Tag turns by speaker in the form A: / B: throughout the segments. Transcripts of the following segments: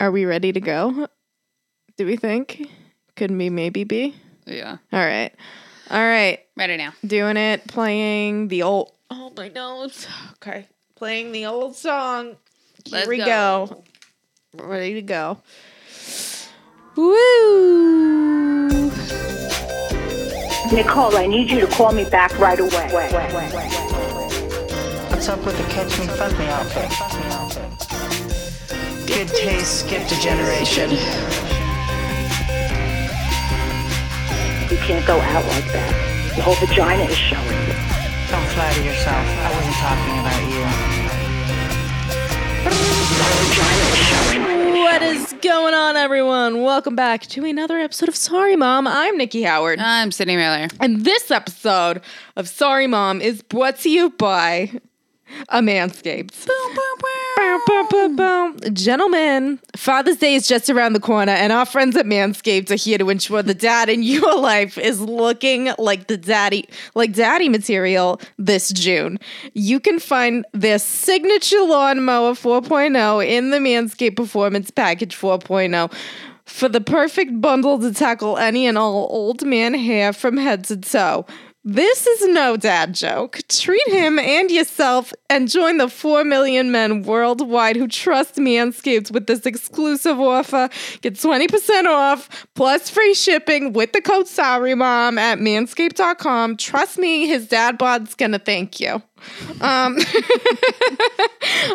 A: Are we ready to go? Do we think? Could be maybe be.
B: Yeah.
A: All right. All right.
B: Ready now.
A: Doing it, playing the old Oh my notes. Okay. Playing the old song. Here
B: Let's
A: we
B: go.
A: go. Ready to go. Woo!
C: Nicole, I need you to call me back right away.
D: What's up with the catch me, fuck me outfit? Good taste, skipped a generation.
C: You can't go out like that. The whole vagina is showing.
D: Don't flatter yourself. I wasn't talking about you.
A: What is going on, everyone? Welcome back to another episode of Sorry Mom. I'm Nikki Howard.
B: I'm Sydney Miller.
A: And this episode of Sorry Mom is brought to you by a Manscaped. Bow, bow, bow, bow. Gentlemen, Father's Day is just around the corner, and our friends at Manscaped are here to ensure the dad in your life is looking like the daddy, like daddy material this June. You can find their signature lawnmower 4.0 in the Manscaped Performance Package oh. 4.0 for the perfect bundle to tackle any and all old man hair from head to toe. This is no dad joke. Treat him and yourself and join the 4 million men worldwide who trust Manscaped with this exclusive offer. Get 20% off plus free shipping with the code SORRYMOM at manscaped.com. Trust me, his dad bod's going to thank you.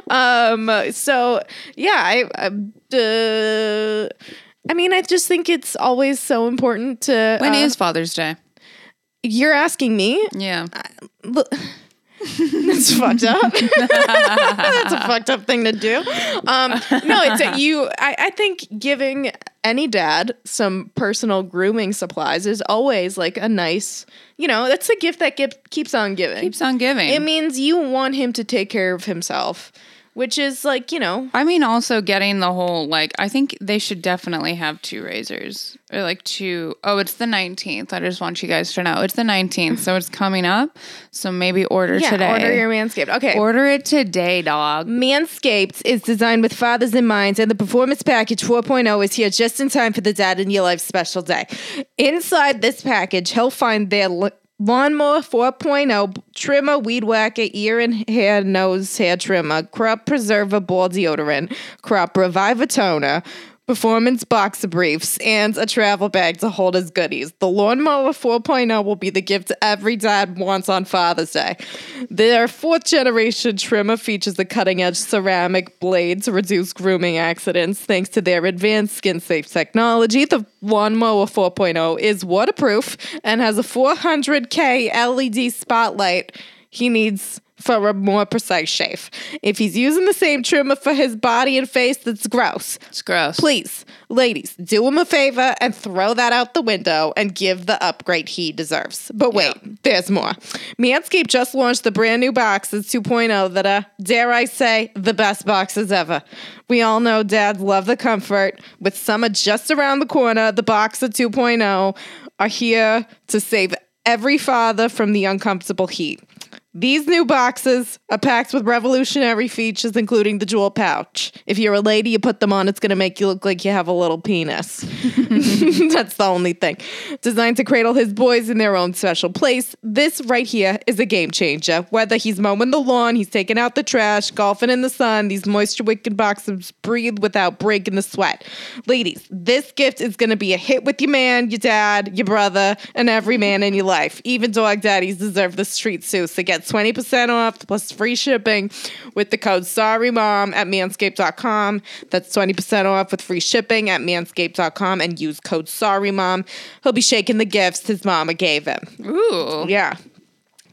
A: Um, um, so, yeah, I, I, uh, I mean, I just think it's always so important to.
B: When
A: uh,
B: is Father's Day?
A: You're asking me?
B: Yeah.
A: Look- That's fucked up. That's a fucked up thing to do. Um, no, it's a, you. I, I think giving any dad some personal grooming supplies is always like a nice, you know, that's the gift that get, keeps on giving.
B: Keeps on giving.
A: It means you want him to take care of himself, which is like, you know,
B: I mean, also getting the whole like, I think they should definitely have two razors or like two oh it's the 19th. I just want you guys to know it's the 19th. So it's coming up. So maybe order
A: yeah,
B: today.
A: order your Manscaped. Okay.
B: Order it today, dog.
A: Manscaped is designed with fathers in mind, and the Performance Package 4.0 is here just in time for the Dad in Your Life special day. Inside this package, he'll find their l- lawnmower 4.0 trimmer, weed whacker, ear and hair, nose hair trimmer, crop preserver, ball deodorant, crop reviver toner. Performance boxer briefs and a travel bag to hold his goodies. The lawnmower 4.0 will be the gift every dad wants on Father's Day. Their fourth generation trimmer features the cutting edge ceramic blade to reduce grooming accidents thanks to their advanced skin safe technology. The lawnmower 4.0 is waterproof and has a 400K LED E spotlight he needs for a more precise shave. If he's using the same trimmer for his body and face, that's gross.
B: It's gross.
A: Please, ladies, do him a favor and throw that out the window and give the upgrade he deserves. But wait, there's more. Manscaped just launched the brand new boxes 2.0 that are, dare I say, the best boxes ever. We all know dads love the comfort. With summer just around the corner, the boxer 2.0 are here to save every father from the uncomfortable heat. These new boxes are packed with revolutionary features, including the jewel pouch. If you're a lady, you put them on, it's going to make you look like you have a little penis. That's the only thing. Designed to cradle his boys in their own special place, this right here is a game changer. Whether he's mowing the lawn, he's taking out the trash, golfing in the sun, these moisture wicking boxes breathe without breaking the sweat. Ladies, this gift is going to be a hit with your man, your dad, your brother, and every man in your life. Even dog daddies deserve the street suits. They get 20% off plus free shipping with the code SORRYMOM at manscaped.com. That's 20% off with free shipping at manscaped.com and use code SORRYMOM. He'll be shaking the gifts his mama gave him.
B: Ooh.
A: Yeah.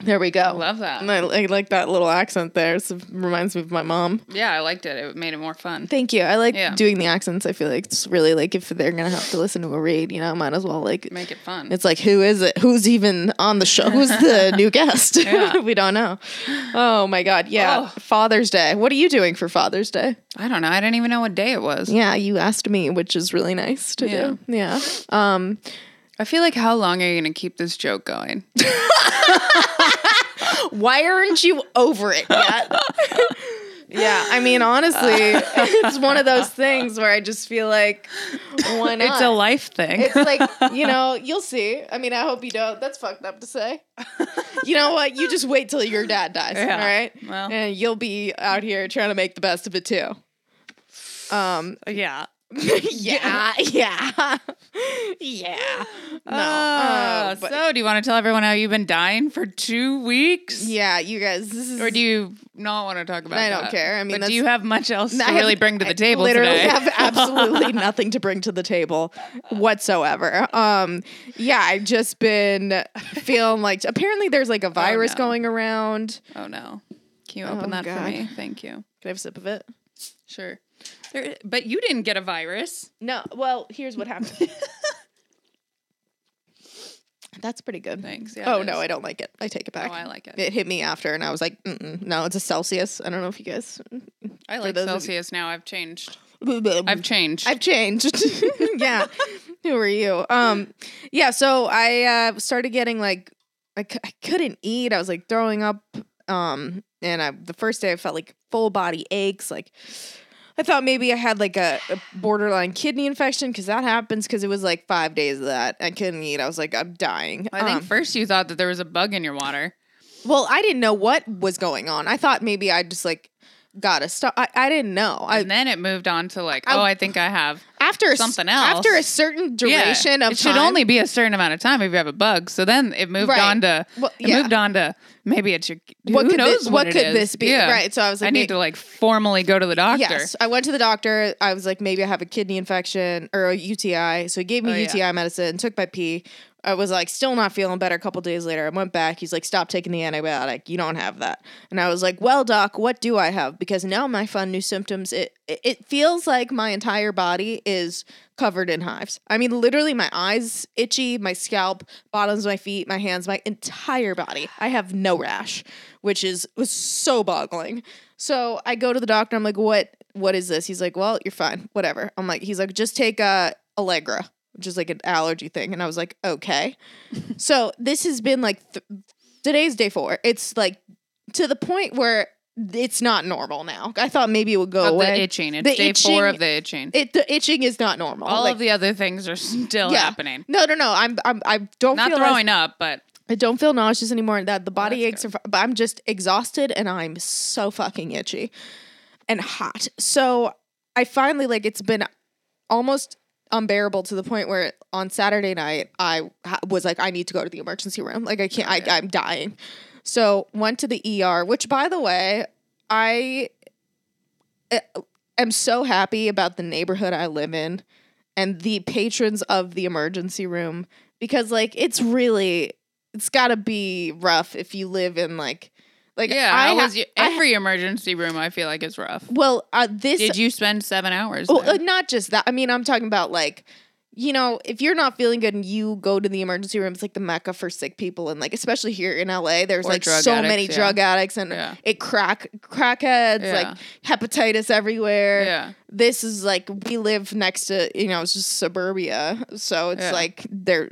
A: There we go.
B: Love that.
A: And I, I like that little accent there. So it reminds me of my mom.
B: Yeah, I liked it. It made it more fun.
A: Thank you. I like
B: Yeah.
A: doing the accents. I feel like it's really like if they're gonna have to listen to a read, you know, might as well like
B: Make it fun.
A: It's like who is it? Who's even on the show? Who's the new guest? we don't know. Oh my god! Yeah, Father's Day. What are you doing for Father's Day?
B: I don't know. I didn't even know what day it was.
A: Yeah, you asked me, which is really nice to do. Yeah. Um,
B: I feel like how long are you going to keep this joke going?
A: why aren't you over it yet? Yeah, I mean, honestly, it's one of those things where I just feel like, why not?
B: It's a life thing.
A: It's like, you know, you'll see. I mean, I hope you don't. That's fucked up to say. You know what? You just wait till your dad dies,
B: Yeah,
A: all right?
B: well.
A: And you'll be out here trying to make the best of it too. Um,
B: yeah.
A: yeah, yeah, yeah. No. uh,
B: Oh,
A: but-
B: so do you want to tell everyone how you've been dying for two weeks?
A: yeah, you guys, this is
B: Or do you not want to talk about
A: I
B: that?
A: don't care. I mean,
B: but
A: that's-
B: do you have much else to
A: I have-
B: really bring to
A: I
B: the table
A: literally
B: today?
A: have absolutely nothing to bring to the table whatsoever. Um, yeah, I've just been feeling like apparently there's like a virus
B: Oh, no.
A: going around.
B: oh no. Can you open
A: Oh,
B: that
A: God.
B: for me? Thank you.
A: Can I have a sip of it?
B: Sure. There, but you didn't get a virus.
A: No. Well, here's what happened. That's pretty good.
B: Thanks. Yeah,
A: Oh
B: it
A: no,
B: is.
A: I don't like it. I take it back.
B: Oh, I like it.
A: It hit me after, and I was like, Mm-mm, "No, it's a Celsius." I don't know if you guys.
B: I like
A: those of you-
B: Celsius now. I've changed. I've changed.
A: I've changed. yeah. Who are you? Um yeah, so I uh started getting like I c- I couldn't eat. I was like throwing up um and I the first day I felt like full body aches like I thought maybe I had like a, a borderline kidney infection cuz that happens cuz it was like 5 days of that I couldn't eat. I was like I'm dying.
B: I think
A: Um,
B: first you thought that there was a bug in your water.
A: well, I didn't know what was going on. I thought maybe I just like got a stop. I, I didn't know. I
B: and then it moved on to like,
A: I-
B: oh, I think I have
A: after a s-
B: something
A: after a
B: else.
A: certain
B: Yeah.
A: duration of
B: it should
A: time-
B: only be a certain amount of time if you have a bug. So then it moved
A: Right.
B: on to
A: Well,
B: it
A: yeah.
B: moved on to maybe it's your
A: What
B: who
A: could thi-
B: knows
A: what
B: it
A: could
B: is.
A: this be?
B: Yeah.
A: Right, so I was like,
B: I
A: may-
B: need to like formally go to the doctor.
A: Yes, I went to the doctor. I was like, maybe I have a kidney infection or a UTI. So he gave me
B: Oh, yeah.
A: UTI medicine, took my pee. I was like, still not feeling better. A couple days later, I went back. He's like, stop taking the antibiotic. You don't have that. And I was like, well, doc, what do I have? Because now my fun new symptoms. It it- it feels like my entire body is covered in hives. I mean, literally, my eyes itchy, my scalp, bottoms of my feet, my hands, my entire body. I have no rash, which is was so boggling. So I go to the doctor. I'm like, what? What is this? He's like, well, you're fine. Whatever. I'm like, he's like, just take uh, Allegra, which is like an allergy thing. And I was like, okay. so this has been like th- today's day four. It's like to the point where it's not normal now. I thought maybe it would go
B: Of
A: away.
B: the itching. It's
A: The
B: day four
A: itching-
B: of the itching.
A: It the itching is not normal.
B: All
A: Like,
B: of the other things are still
A: Yeah.
B: happening.
A: no, no, no. I'm, I'm, I don't
B: Not
A: feel as-
B: throwing up, but
A: I don't feel nauseous anymore. That the body aches
B: that's
A: are, fi- but I'm just exhausted and I'm so fucking itchy and hot. So I finally like it's been almost unbearable to the point where on Saturday night I ha- was like I need to go to the emergency room. Like I can't. I, I'm dying. So went to the ER. Which by the way, I uh, am so happy about the neighborhood I live in and the patrons of the emergency room because like it's really it's got to be rough if you live in like like
B: yeah,
A: I,
B: I
A: ha-
B: was,
A: I ha-
B: every emergency room I feel like is rough.
A: well uh, this
B: Did you spend seven hours?
A: Oh,
B: there?
A: uh, not just that. I mean, I'm talking about like, you know, if you're not feeling good and you go to the emergency room, it's like the mecca for sick people, and like especially here in LA, there's
B: Or
A: like
B: drug
A: so
B: addicts,
A: many
B: yeah.
A: drug addicts and
B: Yeah.
A: it crack crackheads,
B: Yeah.
A: like hepatitis everywhere.
B: Yeah.
A: This is like we live next to you know it's just suburbia, so it's
B: Yeah.
A: like there.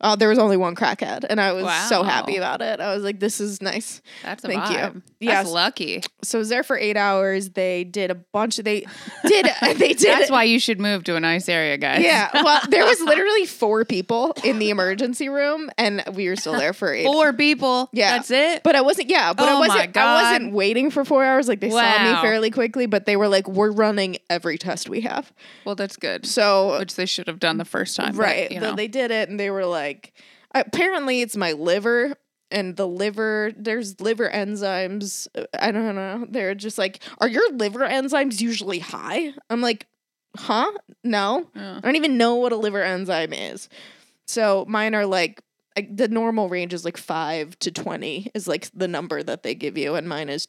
A: Oh, there was only one crackhead, and I was so happy
B: Wow.
A: about it. I was like, "This is nice."
B: That's a
A: Thank you.
B: vibe.
A: Yes.
B: That's lucky.
A: So I was there for eight hours. They did a bunch. Of, they did. They did.
B: That's why you should move to a nice area, guys.
A: Yeah. Well, there was literally four people in the emergency room, and we were still there for eight.
B: Four people.
A: Yeah.
B: That's it.
A: But I wasn't. Yeah. But I
B: Oh my
A: wasn't. I wasn't waiting for four hours. Like they saw me
B: Wow.
A: fairly quickly, but they were like, "We're running every test we have."
B: Well, that's good.
A: So
B: Which they should have done the first time. but,
A: right.
B: you
A: so
B: know.
A: they did it, and they were like, "Apparently, it's my liver." And the liver, there's liver enzymes. uh, I don't know. They're just like, are your liver enzymes usually high? I'm like, huh? No.
B: Yeah.
A: I don't even know what a liver enzyme is. So mine are like, like the normal range is like 5 to 20 is like the number that they give you and mine is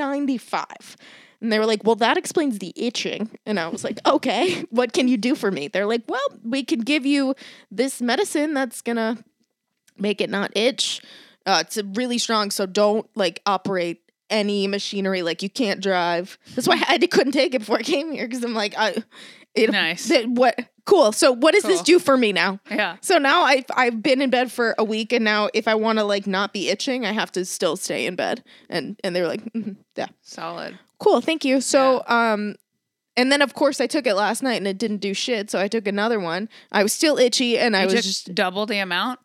A: 295. And they were like, "Well, that explains the itching." And I was like, "Okay, what can you do for me?" They're like, "Well, we can give you this medicine that's going to make it not itch. Uh, it's really strong, so don't like operate any machinery. Like you can't drive. That's why I couldn't take it before I came here because I'm like, I, it,
B: Nice.
A: that- what? Cool. So what does this
B: Cool.
A: do for me now?
B: Yeah.
A: So now I've I've been in bed for a week, and now if I want to like not be itching, I have to still stay in bed. And and they're like, "Mhm, yeah,
B: Solid.
A: cool, thank you. So, um, and then of course I took it last night and it didn't do shit, so I took another one. I was still itchy and I
B: You
A: was
B: took
A: just
B: double the amount.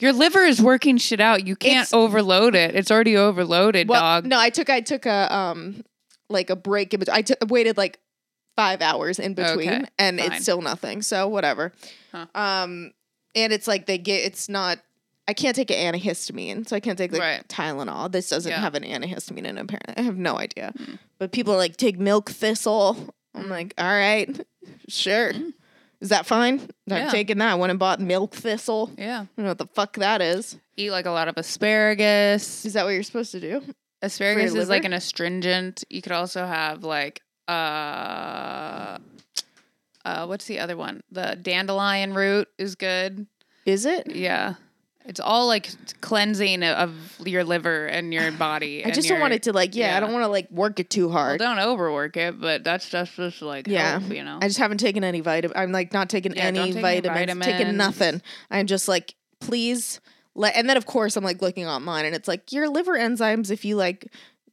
B: Your liver is working shit out. You can't
A: It's-
B: overload it. It's already overloaded,
A: well,
B: dog.
A: No, I took I took a um like a break in between. I took waited like five hours in between,
B: Okay,
A: and
B: fine.
A: it's still nothing. So whatever.
B: Huh.
A: Um, and it's like they get it's not. I can't take an antihistamine, so I can't take like
B: Right.
A: Tylenol. This doesn't
B: Yeah. Hmm.
A: have an antihistamine in it. Apparently, I have no idea. But people are like take milk thistle. I'm like, all right, sure. Is that fine?
B: Hmm. Yeah.
A: I've taken that. I went and bought milk thistle.
B: Yeah.
A: I don't know what the fuck that is.
B: Eat like a lot of asparagus.
A: Is that what you're supposed to do?
B: Asparagus is like
A: liver?
B: an astringent. You could also have like uh uh what's the other one? The dandelion root is good.
A: Is it?
B: Yeah. It's all like cleansing of your liver and your body.
A: I
B: and
A: just don't want
B: your-
A: it to like, yeah,
B: yeah.
A: I don't want to like work it too
B: Well,
A: hard.
B: don't overwork it, but that's just just like
A: Yeah.
B: help, you know.
A: I just haven't taken any vitamin. I'm like not taking
B: Yeah,
A: any
B: don't take any
A: vitamins, taking
B: vitamins.
A: nothing. I'm just like, please. Let, and then of course I'm like looking online and it's like your liver enzymes, if you like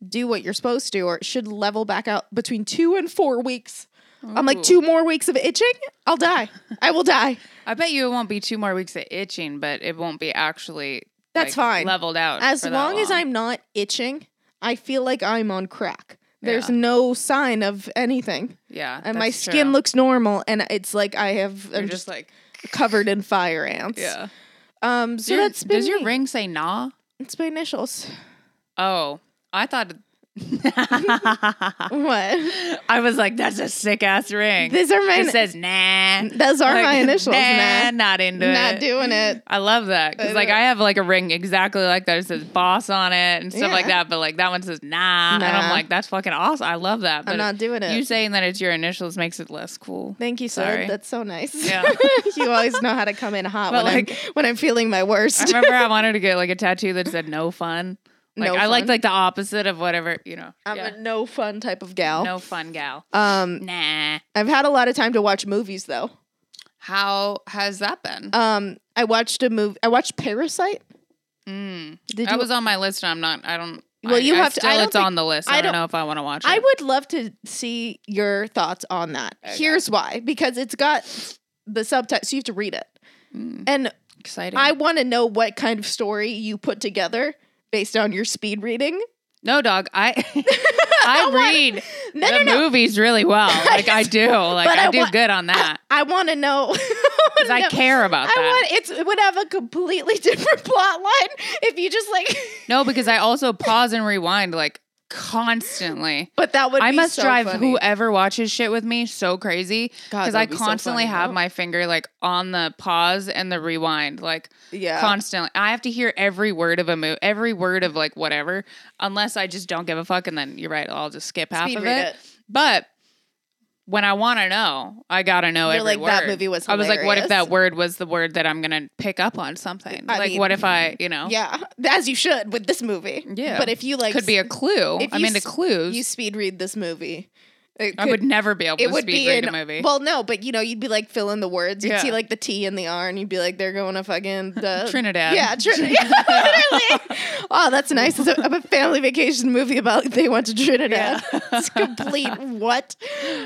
A: do what you're supposed to, or it should level back out between two and four weeks. I'm
B: Ooh.
A: like two more weeks of itching, I'll die. I will die.
B: I bet you it won't be two more weeks of itching, but it won't be actually
A: That's
B: like,
A: fine.
B: leveled out.
A: As
B: for
A: long,
B: that
A: as I'm not itching, I feel like I'm on crack. There's
B: Yeah.
A: no sign of anything.
B: yeah,
A: and my
B: that's
A: skin
B: true.
A: looks normal and it's like I have
B: You're
A: I'm
B: just
A: just
B: like
A: covered in fire ants.
B: yeah.
A: Um so
B: Your-
A: that's been
B: does your
A: me.
B: ring say nah?
A: it's my initials.
B: Oh, I thought
A: What?
B: I was like, that's a sick ass ring.
A: These are my
B: it says nah.
A: those are
B: Like,
A: my initials,
B: Nah,
A: nah. uh,
B: not into it.
A: Not doing it.
B: I love that because
A: I
B: like
A: know.
B: I have like a ring exactly like that. It says boss on it and stuff like
A: Yeah.
B: that. But like that one says nah, and I'm
A: Nah.
B: like that's fucking awesome. I love that. But
A: I'm not doing it.
B: You saying that it's your initials makes it less cool.
A: Thank you,
B: Sorry.
A: sir. That's so nice.
B: Yeah.
A: you always know how to come in hot
B: But,
A: when
B: like-
A: I'm when I'm feeling my worst.
B: I remember I wanted to get like a tattoo that said no fun. Like
A: No
B: I liked
A: fun?
B: like the opposite of whatever you know.
A: I'm
B: Yeah.
A: a no fun type of gal.
B: no fun gal.
A: Um
B: Nah.
A: I've had a lot of time to watch movies though.
B: How has that been?
A: Um I watched a movie I watched Parasite.
B: Mm.
A: Did
B: that
A: you
B: was on my list, and I'm not. I don't.
A: Well,
B: I-
A: you
B: I
A: have to-
B: Still,
A: I don't
B: it's
A: think-
B: on the list. I,
A: I
B: don't,
A: don't-
B: know if I want to watch it.
A: I would love to see your thoughts on that.
B: Okay.
A: Here's why because it's got the subtitle, so you have to read it.
B: Mm,
A: And
B: exciting.
A: I want to know what kind of story you put together based on your speed reading.
B: no, dog. I I
A: want-
B: read
A: No,
B: the
A: no, no.
B: movies really well. Like I do. Like
A: but
B: I,
A: I
B: do
A: want-
B: good on that
A: I want to know.
B: because I care about
A: I
B: that.
A: want it's, it would have a completely different plot line if you just like.
B: no, because I also pause and rewind like constantly.
A: But that would.
B: I
A: be
B: must
A: so
B: drive
A: funny.
B: whoever watches shit with me so crazy
A: God,
B: because
A: that
B: I
A: would be so
B: constantly
A: funny,
B: have
A: though.
B: my finger like on the pause and the rewind, like
A: Yeah.
B: constantly. I have to hear every word of a move, every word of like whatever, unless I just don't give a fuck. And then you're right, I'll just skip half
A: Speed
B: of it.
A: read it.
B: But when I want to know, I gotta know
A: You're
B: every
A: like,
B: word.
A: that movie was
B: I was like, what if
A: hilarious.
B: that word was the word that I'm gonna pick up on something?
A: I
B: like,
A: mean,
B: what if I, you know,
A: Yeah, as you should with this movie.
B: Yeah.
A: But if you like,
B: could be a clue.
A: if
B: I'm
A: you
B: into
A: s-
B: clues.
A: you speed read this movie. it
B: I
A: could-
B: would never be able
A: it
B: to
A: would
B: speed
A: be
B: read
A: an,
B: a movie.
A: Well, no, but you know, you'd be like filling the words. You'd
B: Yeah.
A: see like the T and the R, and you'd be like, "They're going to fucking the
B: Trinidad.
A: Yeah, Trinidad. Literally. oh, that's nice. It's a, a family vacation movie about they went to Trinidad. it's complete what?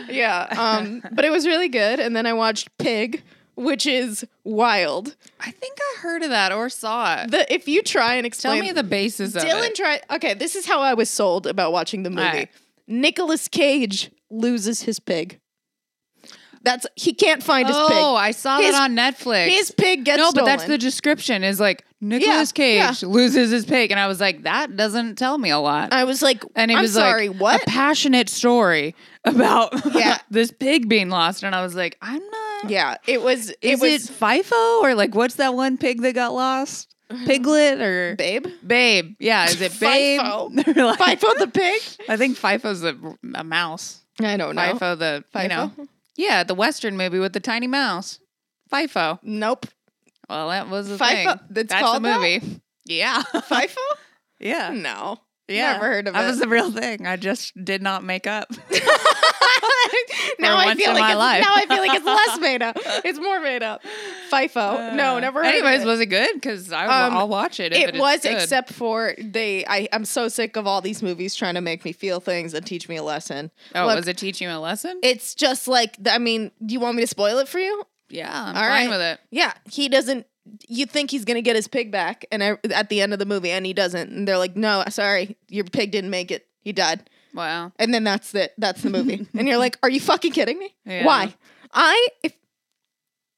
A: Yeah. Um, but it was really good. And then I watched Pig, which is wild.
B: I think I heard of that or saw it.
A: The if you try and
B: Tell
A: explain,
B: me the basis of
A: Dylan
B: it.
A: tried. Okay, this is how I was sold about watching the movie.
B: right.
A: Nicholas Cage loses his pig. That's he can't find his pig.
B: Oh, I saw
A: His-
B: that on Netflix.
A: His pig gets
B: no,
A: stolen.
B: but that's the description. Is like Nicolas
A: yeah.
B: Cage loses his pig, and I was like, that doesn't tell me a lot.
A: I was like,
B: and it
A: I'm
B: was
A: sorry,
B: like
A: what?
B: a passionate story about
A: Yeah.
B: this pig being lost, and I was like, I'm not.
A: yeah, it was. It
B: Is
A: was
B: it FIFO or like what's that one pig that got lost? Piglet or
A: babe.
B: babe? Yeah, is it babe?
A: FIFO.
B: Or, like-
A: Fight for the pig.
B: I think FIFO's a, a mouse.
A: I don't know.
B: FIFO, the you know,
A: FIFO?
B: yeah, the Western movie with the tiny mouse. FIFO.
A: Nope.
B: Well, that was the
A: FIFO?
B: thing.
A: That's
B: That's
A: called
B: the
A: that?
B: movie. Yeah,
A: FIFO?
B: yeah,
A: No.
B: yeah.
A: Never heard of
B: that
A: it.
B: was the real thing. I just did not make up.
A: now
B: For
A: I
B: once
A: feel
B: in
A: like
B: my
A: it's,
B: life.
A: now I feel like it's less made up. It's more made up. FIFO. Oh, no, never. Heard of
B: Uh, Anyways,
A: it.
B: was it good? Because
A: Um,
B: I'll watch it. If
A: it
B: is
A: was,
B: good.
A: except for they. I, I'm so sick of all these movies trying to make me feel things and teach me a lesson.
B: Oh,
A: Look,
B: was it teaching you a lesson?
A: It's just like I mean, do you want me to spoil it for you?
B: yeah, I'm
A: All
B: fine
A: right.
B: with it.
A: Yeah, he doesn't. You think he's gonna get his pig back, and I, at the end of the movie, and he doesn't. And they're like, "No, sorry, your pig didn't make it. He died."
B: Wow.
A: And then that's it. That's the movie. and you're like, "Are you fucking kidding me?
B: Yeah.
A: Why? I if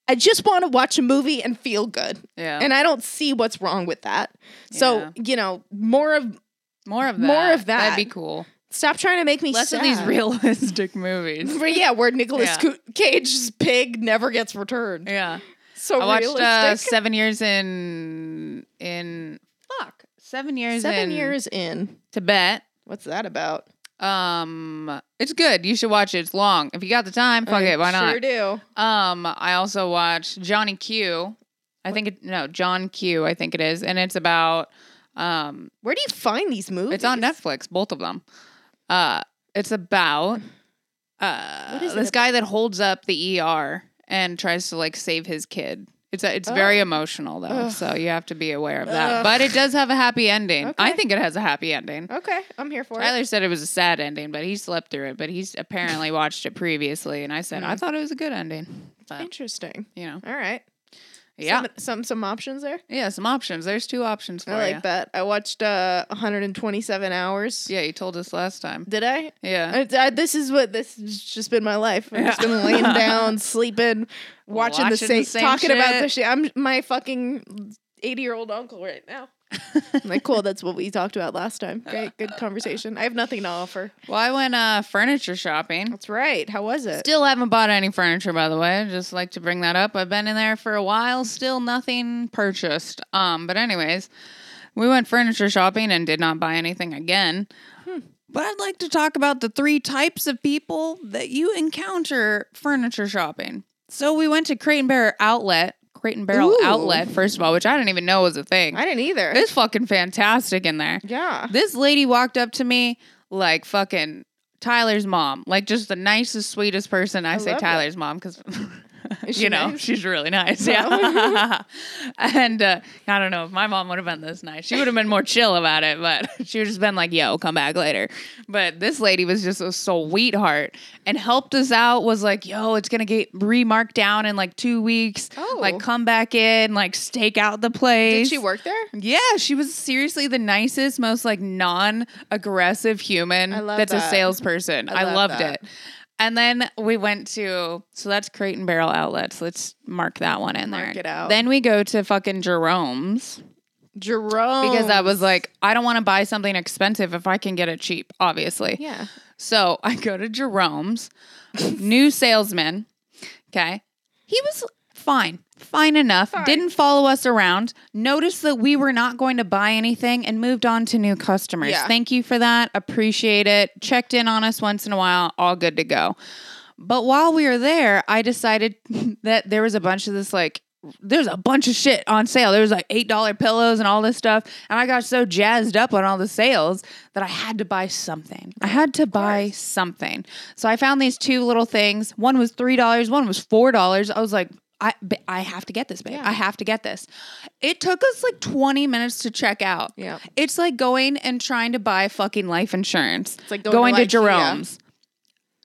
A: I just want to watch a movie and feel good,
B: Yeah.
A: and I don't see what's wrong with that. So you know, more of
B: more of that.
A: more of that.
B: That'd be cool.
A: stop trying to make me
B: Less
A: sad.
B: of these realistic movies.
A: But yeah, where Nicolas
B: Yeah.
A: Coo- Cage's pig never gets returned.
B: Yeah.
A: So
B: I watched
A: realistic.
B: uh, Seven Years in in fuck Seven Years
A: Seven
B: in
A: years in.
B: Tibet.
A: What's that about?
B: Um, it's good. You should watch it. It's long. If you got the time, fuck it. Why not?
A: Sure do.
B: Um, I also watched Johnny Q. I think it no John Q. I think it is, and it's about um,
A: Where do you find these movies?
B: it's on Netflix, both of them. Uh, it's about uh
A: What is it
B: this guy that holds up the ER and tries to like save his kid. It's a, it's very emotional though,
A: Oh. Ugh.
B: so you have to be aware of that.
A: Ugh.
B: But it does have a happy ending. I
A: Okay. Oh,
B: think it has a happy ending.
A: Okay, I'm here for it.
B: Tyler said it was a sad ending, but he slept through it. But he's apparently watched it previously, and I said
A: Mm.
B: I thought it was a good ending. But
A: Interesting.
B: you know,
A: All right.
B: yeah, Oh,
A: Some some, some options there.
B: yeah, some options. There's two options for
A: I like
B: you.
A: that. I watched uh 127 hours.
B: Yeah, you told us last time.
A: Did I?
B: Yeah,
A: I, I- this is what this has just been my life. I've just
B: Yeah.
A: been laying down, sleeping, watching, the,
B: Watching
A: same,
B: the same
A: talking about the
B: shit.
A: shit. I'm my fucking eighty year old uncle right now. I'm like, cool. That's what we talked about last time. Great, good conversation. I have nothing to offer.
B: well, I went uh, furniture shopping.
A: That's right. How was it?
B: Still haven't bought any furniture, by the way. Just like to bring that up. I've been in there for a while, still nothing purchased. Um, but anyways, we went furniture shopping and did not buy anything again.
A: Hmm.
B: But I'd like to talk about the three types of people that you encounter furniture shopping. So we went to Crate and Barrel Outlet, Crate and Barrel
A: Ooh.
B: Outlet, first of all, which I didn't even know was a thing.
A: I didn't either.
B: It's fucking fantastic in there.
A: yeah.
B: This lady walked up to me like fucking Tyler's mom, like just the nicest, sweetest person. I, say
A: love
B: Tyler's mom because.
A: Is she
B: You know,
A: nice?
B: she's really nice.
A: No.
B: Yeah. and uh, I don't know if my mom would have been this nice. She would have been more chill about it, but she would have just been like, yo, come back later. But this lady was just a sweetheart and helped us out, was like, yo, it's going to get remarked down in like two weeks.
A: Oh.
B: Like, come back in, like, stake out the place.
A: Did she work there?
B: Yeah, she was seriously the nicest, most like non-aggressive human
A: I love
B: that's
A: that.
B: a salesperson.
A: I
B: I,
A: love
B: loved
A: that.
B: it. And then we went to so that's Crate and Barrel Outlets. Let's mark that one in
A: Mark
B: there.
A: it out.
B: Then we go to fucking Jerome's
A: Jerome.
B: because I was like, I don't want to buy something expensive if I can get it cheap, obviously.
A: yeah.
B: So I go to Jerome's, new salesman. Okay. He was fine, fine enough, didn't follow us around, noticed that we were not going to buy anything, and moved on to new customers.
A: Yeah.
B: Thank you for that. Appreciate it. Checked in on us once in a while. All good to go. But while we were there, I decided that there was a bunch of this like there's a bunch of shit on sale. There was like eight dollar pillows and all this stuff, and I got so jazzed up on all the sales that I had to buy something. I had to buy something. So I found these two little things. One was three dollars. One was four dollars. I was like. I, ba- I have to get this, babe. I have to get this. It took us like 20 minutes to check out.
A: Yeah.
B: It's like going and trying to buy fucking life insurance. It's
A: like going
B: going,
A: to,
B: to,
A: like,
B: Jerome's.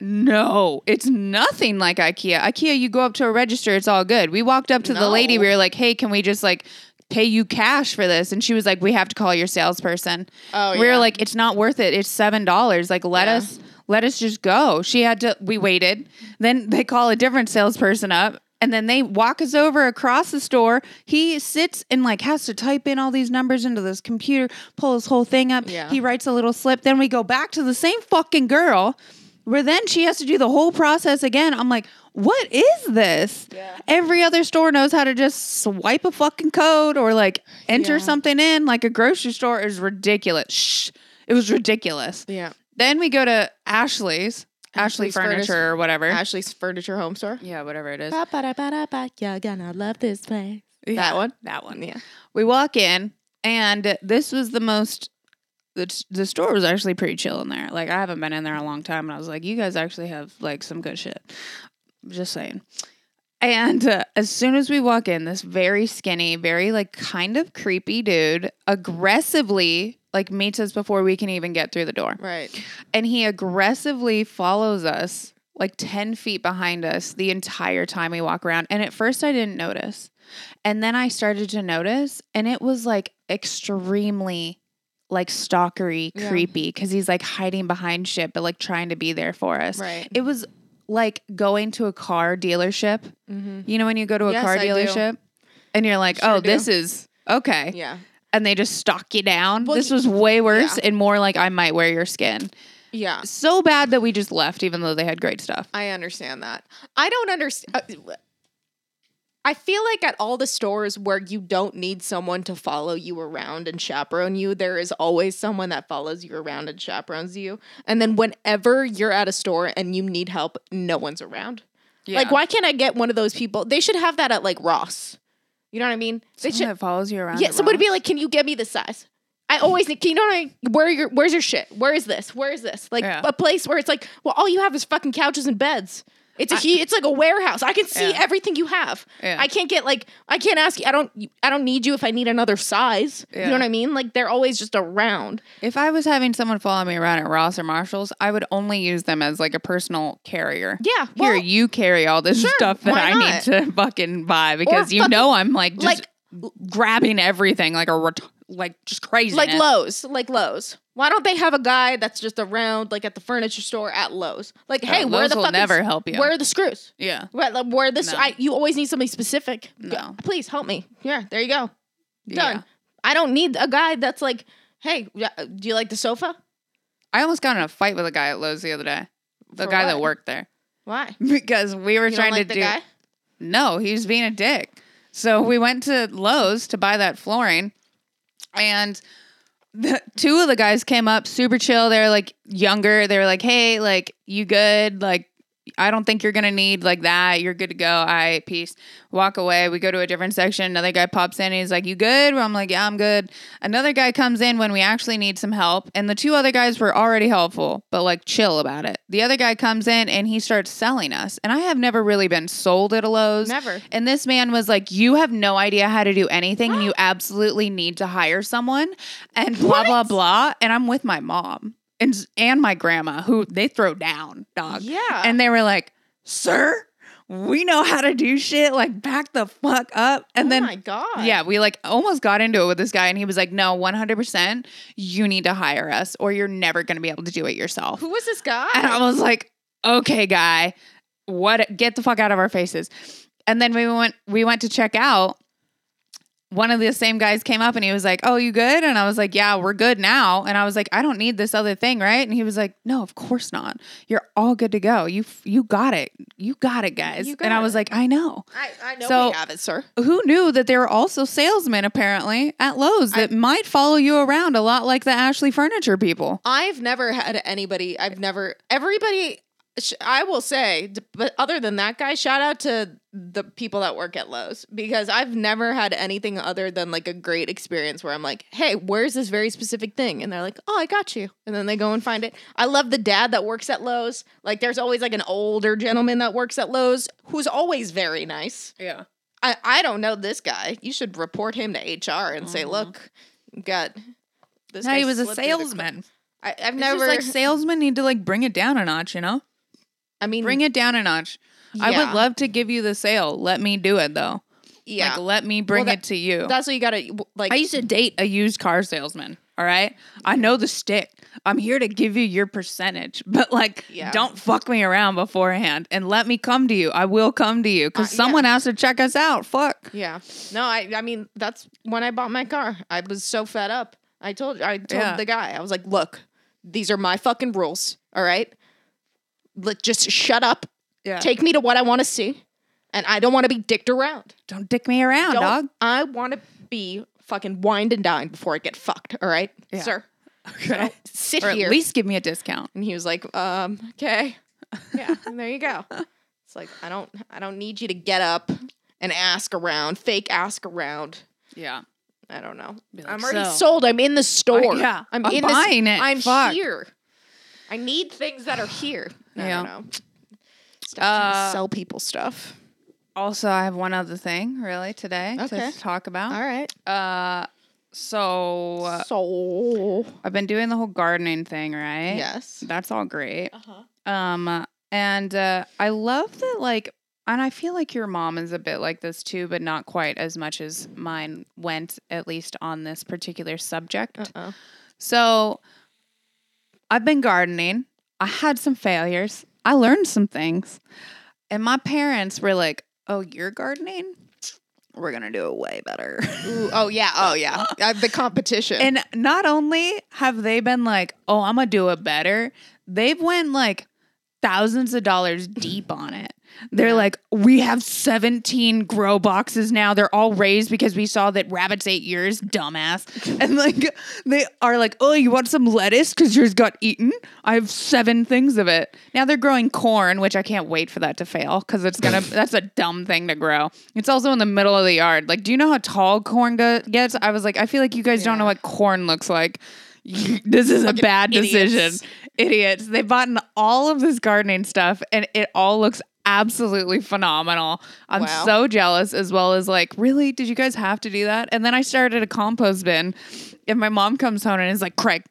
B: No, it's nothing like IKEA. IKEA, you go up to a register, it's all good. We walked up to the lady, we were like, hey, can we just like pay you cash for this? And she was like, we have to call your salesperson.
A: Oh,
B: We
A: yeah.
B: were like, it's not worth it. It's seven dollars. Like, let
A: Yeah.
B: us let us just go. She had to we waited. Then they call a different salesperson up. And then they walk us over across the store. He sits and like has to type in all these numbers into this computer, pull his whole thing up.
A: Yeah.
B: He writes a little slip. Then we go back to the same fucking girl where then she has to do the whole process again. I'm like, what is this?
A: Yeah.
B: Every other store knows how to just swipe a fucking code or like enter something in, like a grocery store is ridiculous. Shh. It was ridiculous.
A: Yeah.
B: Then we go to Ashley's, Ashley
A: Ashley's
B: Furniture
A: Furniture.
B: or whatever.
A: Ashley's Furniture Home Store.
B: yeah, whatever it is.
A: Ba-ba-da-ba-da-ba, You're gonna love this place.
B: Yeah,
A: That one.
B: That one.
A: Yeah.
B: We walk in, and this was the most. The, the store was actually pretty chill in there. Like I haven't been in there in a long time, and I was like, you guys actually have like some good shit. Just saying. And uh, as soon as we walk in, this very skinny, very like kind of creepy dude aggressively like meets us before we can even get through the door.
A: Right.
B: And he aggressively follows us like 10 feet behind us the entire time we walk around. And at first I didn't notice. And then I started to notice and it was like extremely like stalkery,
A: Yeah.
B: creepy cuz he's like hiding behind shit but like trying to be there for us.
A: Right.
B: It was like going to a car dealership.
A: Mm-hmm.
B: You know when you go to a
A: Yes,
B: car
A: I do.
B: dealership and you're like,
A: Sure
B: "Oh,
A: do.
B: this is okay."
A: Yeah.
B: And they just stalk you down.
A: Well,
B: this
A: y-
B: was way worse
A: yeah.
B: and more like I might wear your skin.
A: Yeah.
B: So bad that we just left even though they had great stuff.
A: I understand that. I don't understand. I feel like at all the stores where you don't need someone to follow you around and chaperone you, there is always someone that follows you around and chaperones you. And then whenever you're at a store and you need help, no one's around. Like, why can't I get one of those people? They should have that at like Ross. You know what I mean? They should.
B: that follows you around.
A: Yeah,
B: at
A: someone would be
B: Ross?
A: like, "Can you get me this size?" I always think, "Can you know what I? Where are your Where's your shit? Where is this? Where is this?" Like
B: Yeah.
A: a place where it's like, well, all you have is fucking couches and beds. It's a he. It's like a warehouse. I can see
B: Yeah.
A: everything you have.
B: Yeah.
A: I can't get like I can't ask you. I don't. I don't need you if I need another size. You
B: Yeah.
A: know what I mean? Like they're always just around.
B: if I was having someone follow me around at Ross or Marshalls, I would only use them as like a personal carrier.
A: Yeah,
B: Here,
A: well,
B: you carry all this
A: sure,
B: stuff that
A: why
B: I
A: not?
B: need to fucking buy because you
A: fucking-
B: know I'm like just
A: like-
B: grabbing everything like a ret- like just crazy.
A: Like Lowe's, like Lowe's. Why don't they have a guy that's just around, like at the furniture store at Lowe's? Like, hey, where are
B: Uh, Lowe's
A: the
B: will
A: fucking
B: never help you.
A: Where are the screws?
B: Yeah.
A: Right, like where this?
B: No.
A: I, you always need somebody specific. Go-
B: No.
A: please help me. Yeah, there you go. Done.
B: Yeah.
A: I don't need a guy that's like, hey, yeah, uh, do you like the sofa?
B: I almost got in a fight with a guy at Lowe's the other day. The
A: For
B: guy that
A: what?
B: worked there.
A: Why?
B: Because we were
A: You don't
B: trying
A: like
B: to
A: the
B: do
A: guy?
B: No, he was being a dick. So we went to Lowe's to buy that flooring, and the, two of the guys came up super chill. They're like younger. They were like, "Hey, like you good? Like I don't think you're gonna need like that. You're good to go. I peace. Walk away. We go to a different section. Another guy pops in. He's like, "You good?" I'm like, "Yeah, I'm good." Another guy comes in when we actually need some help, and the two other guys were already helpful, but like chill about it. The other guy comes in and he starts selling us, and I have never really been sold at a Lowe's.
A: Never.
B: And this man was like, "You have no idea how to do anything, and you absolutely need to hire someone." And blah blah blah. And I'm with my mom and and my grandma, who they throw down, dog.
A: Yeah.
B: And they were like, "Sir, we know how to do shit. Like, back the fuck up." And
A: oh
B: then.
A: my god.
B: Yeah, we like almost got into it with this guy, and he was like, No, 100%, you need to hire us, or you're never going to be able to do it yourself.
A: Who was this guy?
B: And I was like, okay, guy, what get the fuck out of our faces. And then we went we went to check out. One of the same guys came up and he was like, Oh, you good? And I was like, Yeah, we're good now. And I was like, I don't need this other thing, right? And he was like, No, of course not. You're all good to go. You you got it. You got it, guys.
A: You got
B: and I
A: it.
B: was like, I know.
A: I, I know
B: So-
A: we have it, sir.
B: Who knew that there were also salesmen apparently at Lowe's that might follow you around a lot like the Ashley Furniture people.
A: I've never had anybody. I've never everybody. sh- I will say, d- but other than that guy, shout out to the people that work at Lowe's because I've never had anything other than like a great experience where I'm like, hey, where's this very specific thing? And they're like, oh, I got you. And then they go and find it. I love the dad that works at Lowe's. Like, there's always like an older gentleman that works at Lowe's who's always very nice.
B: Yeah.
A: I, I don't know this guy. You should report him to HR and say, look, you got this.
B: No,
A: guy
B: he was a
A: slipped through the cra-
B: salesman.
A: I, I've
B: It's
A: never
B: just like salesmen need to like bring it down a notch, you know?
A: I mean,
B: Bring it down a notch. I
A: Yeah.
B: would love to give you the sale. Let me do it though.
A: yeah.
B: Like let me bring
A: that-
B: it to you.
A: That's what you gotta like.
B: I used to date a used car salesman. All right. I know the stick. I'm here to give you your percentage, but like,
A: Yeah.
B: don't fuck me around beforehand and let me come to you. I will come to you because
A: Uh, yeah.
B: someone has to check us out. Fuck.
A: yeah. No, I. I mean, that's when I bought my car. I was so fed up. I told. I told
B: Yeah.
A: the guy. I was like, look, these are my fucking rules. All right. Let just shut up.
B: Yeah.
A: Take me to what I want to see, and I don't want to be dicked around.
B: Don't dick me around,
A: Don't-
B: dog.
A: I want to be fucking wined and dined before I get fucked. All right,
B: Yeah.
A: sir.
B: Okay.
A: Sit
B: Or
A: here.
B: at least give me a discount.
A: And he was like, um, okay. Yeah, and there you go. It's like I don't I don't need you to get up and ask around, fake ask around.
B: Yeah.
A: I don't know.
B: Be like,
A: I'm already
B: "So."
A: sold. I'm in the store.
B: yeah,
A: I'm,
B: I'm
A: in this-
B: buying it.
A: I'm
B: Fuck.
A: here. I need things that are here. I
B: Yeah.
A: don't know. Stop trying to
B: Uh,
A: sell people stuff.
B: Also, I have one other thing really today
A: Okay.
B: to talk about.
A: All right.
B: Uh, so uh,
A: So
B: I've been doing the whole gardening thing, right?
A: yes.
B: That's all great.
A: Uh-huh.
B: Um, and uh, I love that, like, and I feel like your mom is a bit like this too, but not quite as much as mine went, at least on this particular subject.
A: Uh-oh.
B: So I've been gardening. I had some failures. I learned some things. And my parents were like, Oh, you're gardening? We're going to do it way better.
A: Ooh, oh yeah. Oh yeah. Uh, the competition.
B: and not only have they been like, Oh, I'm going to do it better, they've went like, Thousands of dollars deep on it. They're like, we have 17 grow boxes now. They're all raised because we saw that rabbits ate yours, dumbass. And like, they are like, oh, you want some lettuce because yours got eaten? I have seven things of it. Now they're growing corn, which I can't wait for that to fail because it's gonna. that's a dumb thing to grow. It's also in the middle of the yard. Like, do you know how tall corn go- gets? I was like, I feel like you guys don't know what corn looks like. this is a bad
A: idiots.
B: decision. Idiots. They've bought in all of this gardening stuff, and it all looks absolutely phenomenal. I'm
A: Wow.
B: so jealous, as well as like, really, did you guys have to do that? And then I started a compost bin, and my mom comes home and is like, Craig,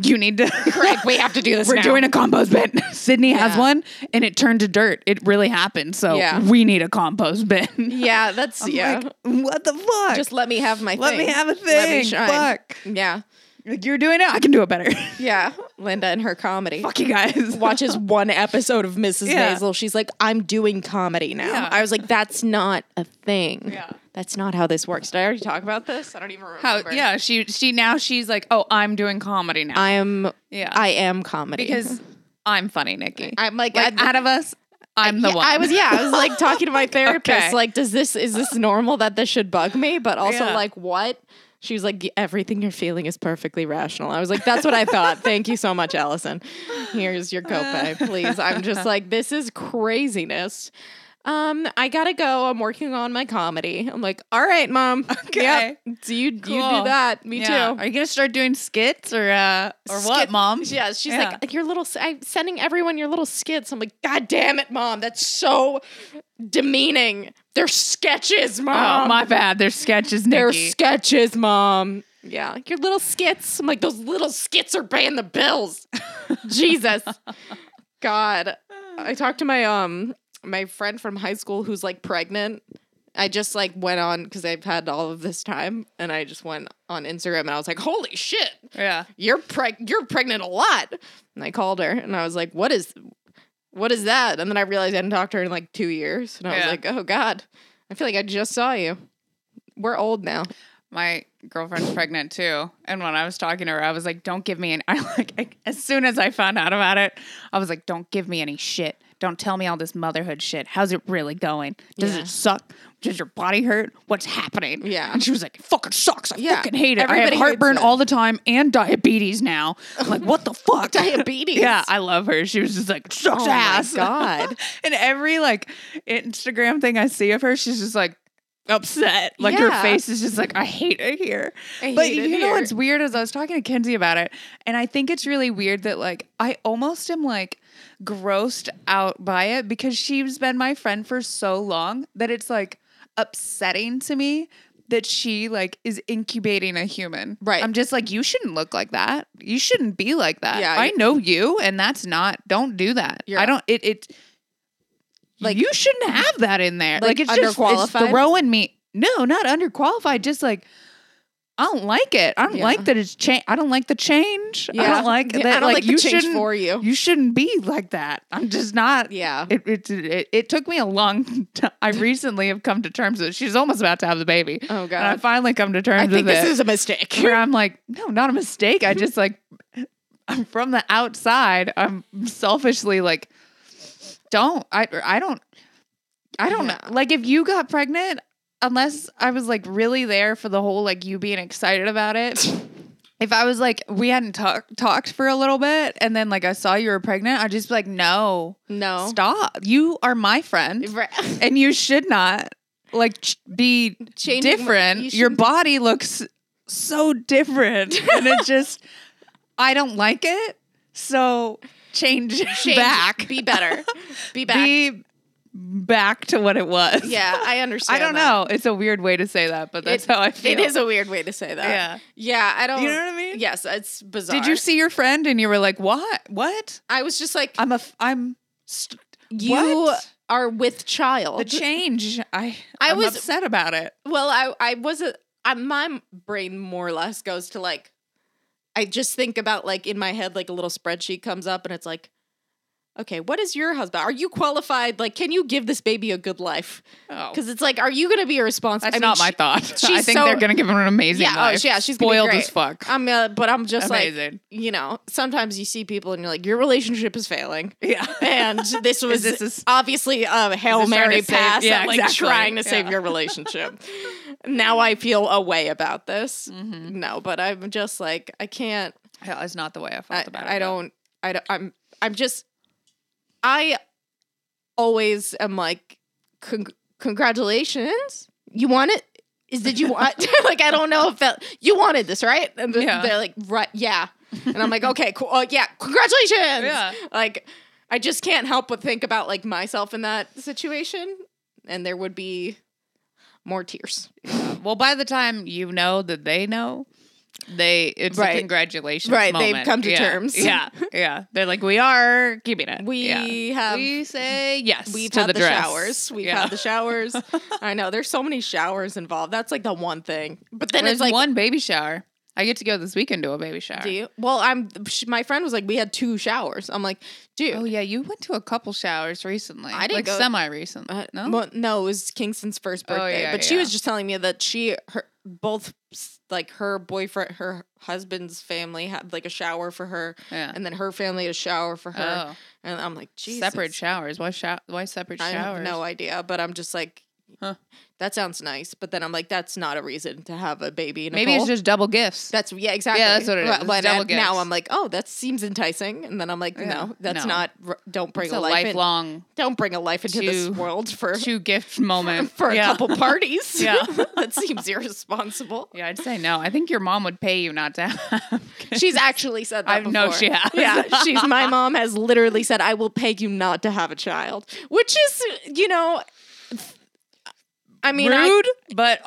B: you need to. Craig,
A: we have to do this
B: We're
A: now."
B: doing a compost bin. Sydney has
A: Yeah.
B: one, and it turned to dirt. It really happened. So
A: Yeah.
B: we need a compost bin.
A: yeah, that's
B: I'm
A: yeah.
B: like, what the fuck?
A: Just let me have my
B: Let
A: thing.
B: me have a
A: Let me
B: thing.
A: shine.
B: Fuck.
A: Yeah.
B: Like, you're doing it. I can do it better.
A: Yeah. Linda and her comedy.
B: fuck you guys.
A: Watches one episode of Mrs.
B: Yeah.
A: Maisel. She's like, I'm doing comedy now.
B: Yeah.
A: I was like, that's not a thing.
B: Yeah.
A: That's not how this works. Did I already talk about this? I don't even remember.
B: How, yeah, she she now she's like, oh, I'm doing comedy now
A: I am
B: Yeah.
A: I am comedy.
B: because I'm funny, Nikki.
A: I'm like,
B: like
A: I,
B: out of us, I'm the
A: yeah,
B: one.
A: I was yeah, I was like talking to my therapist,
B: Okay.
A: like, does this is this normal that this should bug me? But also
B: Yeah.
A: like what? She was like, everything you're feeling is perfectly rational. I was like, that's what I thought. Thank you so much, Allison. Here's your copay,
B: Uh.
A: please. I'm just like, this is craziness. Um, I gotta go. I'm working on my comedy. I'm like, all right, mom.
B: Okay.
A: Yep. Do you you do
B: Cool.
A: that? Me
B: Yeah.
A: too.
B: Are you gonna start doing skits or uh or what,
A: Skit-
B: mom?
A: Yeah, she's
B: Yeah.
A: like your little. s- I'm sending everyone your little skits. I'm like, God damn it, mom, that's so demeaning. They're sketches, mom.
B: Oh, my bad. Their sketches,
A: They're
B: Nikki.
A: sketches, mom. Yeah, your little skits. I'm like, those little skits are paying the bills. Jesus, God. I talked to my um my friend from high school who's like pregnant. I just like went on because I've had all of this time, and I just went on Instagram and I was like, holy shit
B: yeah.
A: you're preg- you're pregnant a lot. And I called her and I was like, what is what is that? And then I realized I hadn't talked to her in like two years. And I
B: Yeah.
A: was like, oh God. I feel like I just saw you. We're old now.
B: my girlfriend's pregnant too. And when I was talking to her, I was like, "Don't give me any." I like as soon as I found out about it, I was like, "Don't give me any shit. Don't tell me all this motherhood shit. How's it really going? Does
A: Yeah.
B: it suck? Does your body hurt? What's happening?"
A: Yeah.
B: And she was like, "It "Fucking sucks. I
A: Yeah.
B: fucking hate it. I have
A: Everybody hates
B: heartburn
A: it."
B: all the time and diabetes now. I'm like, what the fuck?
A: Diabetes.
B: Yeah, I love her. She was just like, sucks
A: Oh my
B: ass.
A: God.
B: and every like Instagram thing I see of her, she's just like upset. Like her
A: Yeah.
B: face is just like, I hate it here.
A: I
B: but
A: hate
B: you
A: it
B: know
A: here.
B: what's weird is I was talking to Kenzie about it, and I think it's really weird that like I almost am like grossed out by it because she's been my friend for so long that it's like upsetting to me that she like is incubating a human.
A: Right.
B: I'm just like, you shouldn't look like that. You shouldn't be like that.
A: Yeah,
B: I
A: you-
B: know you, and that's not. Don't do that.
A: You're-
B: I don't. It. It.
A: Like-
B: Like you shouldn't have that in there. Like,
A: Like
B: it's just it's
A: underqualified?
B: throwing me. No, not underqualified. Just like I don't like it. I don't
A: Yeah.
B: like that it's change. I don't like the change. I
A: Yeah.
B: don't like
A: Yeah,
B: that.
A: I don't
B: like,
A: like the
B: you
A: change
B: shouldn't-
A: for you.
B: You shouldn't be like that. I'm just not.
A: Yeah.
B: It it, it, it took me a long time. I recently have come to terms with. She's almost about to have the baby.
A: Oh,
B: And I
A: God.
B: finally come to terms
A: I think
B: with
A: this
B: it
A: is a mistake.
B: where I'm like, no, not a mistake. I just like, I'm from the outside. I'm selfishly like, don't I? I don't. I don't
A: Yeah.
B: like if you got pregnant. Unless I was like really there for the whole like you being excited about it. If I was like we hadn't talked talked for a little bit and then like I saw you were pregnant, I'd just be like, no,
A: No.
B: stop. You are my friend and you should not like ch- be
A: Changing what-
B: different.
A: you
B: Your
A: shouldn't-
B: body looks so different, and it just I don't like it. So change,
A: Change.
B: back,
A: Be better. Be back.
B: be back to what it was.
A: Yeah, I understand.
B: I don't
A: that.
B: know. It's a weird way to say that, but that's
A: It-
B: how I feel.
A: It is a weird way to say that.
B: Yeah.
A: Yeah, I don't
B: You know what I mean?
A: Yes, it's bizarre.
B: Did you see your friend and you were like, "What? What?
A: I was just like
B: I'm a f- I'm st-
A: you
B: what?
A: are with child.
B: the change. I
A: I
B: I
A: was-
B: was upset about it.
A: well, I I wasn't I, my brain more or less goes to like I just think about like in my head like a little spreadsheet comes up and it's like okay, what is your husband? Are you qualified? Like can you give this baby a good life?
B: Oh,
A: Cuz it's like are you going to be responsible?
B: that's not my thought. I think
A: so-
B: they're gonna give her an amazing
A: Yeah, oh,
B: life.
A: yeah, she's gonna be
B: spoiled
A: great.
B: as fuck.
A: I'm uh, but I'm just like
B: amazing.
A: you know, sometimes you see people and you're like, your relationship is failing.
B: yeah.
A: And this was
B: this is-
A: obviously a Hail
B: is trying
A: Mary
B: to save-
A: pass
B: yeah,
A: at like
B: exactly.
A: trying to
B: Yeah.
A: save your relationship. now I feel a way about this.
B: Mm-hmm.
A: No, but I'm just like, I can't,
B: Yeah, it's not the way I felt
A: I,
B: about it.
A: I don't, I don't, I'm, I'm just, I always am like, "Cong- congratulations. You want it? Is did you want like I don't know if that you wanted this right? And th-
B: Yeah.
A: they're like right yeah, and I'm like okay cool oh, yeah congratulations
B: Yeah.
A: like I just can't help but think about like myself in that situation, and there would be more tears.
B: But- well, by the time you know that they know, they it's
A: Right.
B: a congratulations.
A: Right, they've
B: moment.
A: come to
B: Yeah.
A: terms.
B: Yeah, yeah. They're like, we are keeping it.
A: We
B: Yeah.
A: have
B: we say yes.
A: we've
B: to
A: had the,
B: dress.
A: showers, we've
B: Yeah.
A: had the showers. I know there's so many showers involved. That's like the one thing. But then
B: There's
A: it's like
B: one baby shower. I get to go this weekend to a baby shower.
A: Do you? Well, I'm. sh- My friend was like, we had two showers. I'm like, dude.
B: Oh yeah, you went to a couple showers recently.
A: I didn't
B: like
A: go-
B: semi recently.
A: Uh,
B: no,
A: well, no, it was Kingston's first
B: Oh,
A: birthday.
B: yeah,
A: but she
B: yeah.
A: was just telling me that she, her, both, s- like her boyfriend, her husband's family had like a shower for her,
B: yeah.
A: and then her family had a shower for her.
B: oh,
A: And I'm like, Jesus.
B: separate showers. Why show- Why separate
A: I
B: showers?
A: have no idea, but I'm just like,
B: Huh.
A: that sounds nice. But then I'm like, that's not a reason to have a baby.
B: Maybe it's
A: Nicole.
B: just double gifts.
A: That's yeah, exactly.
B: that's what it is.
A: But-
B: It's
A: But
B: double
A: I- now
B: gifts.
A: I'm like, oh, that seems enticing, and then I'm like,
B: Yeah.
A: no, that's
B: No.
A: not. r- Don't bring
B: it's
A: a,
B: a
A: life. in-
B: lifelong
A: don't bring a life into this
B: two-
A: world for
B: two gift moment
A: for a
B: Yeah.
A: couple parties.
B: Yeah.
A: that seems irresponsible.
B: Yeah, I'd say no. I think your mom would pay you not to have. kids.
A: She's actually said that.
B: I know
A: before.
B: she has.
A: Yeah, she's my mom has literally said, "I will pay you not to have a child," which is, you know, I mean, I,
B: rude, but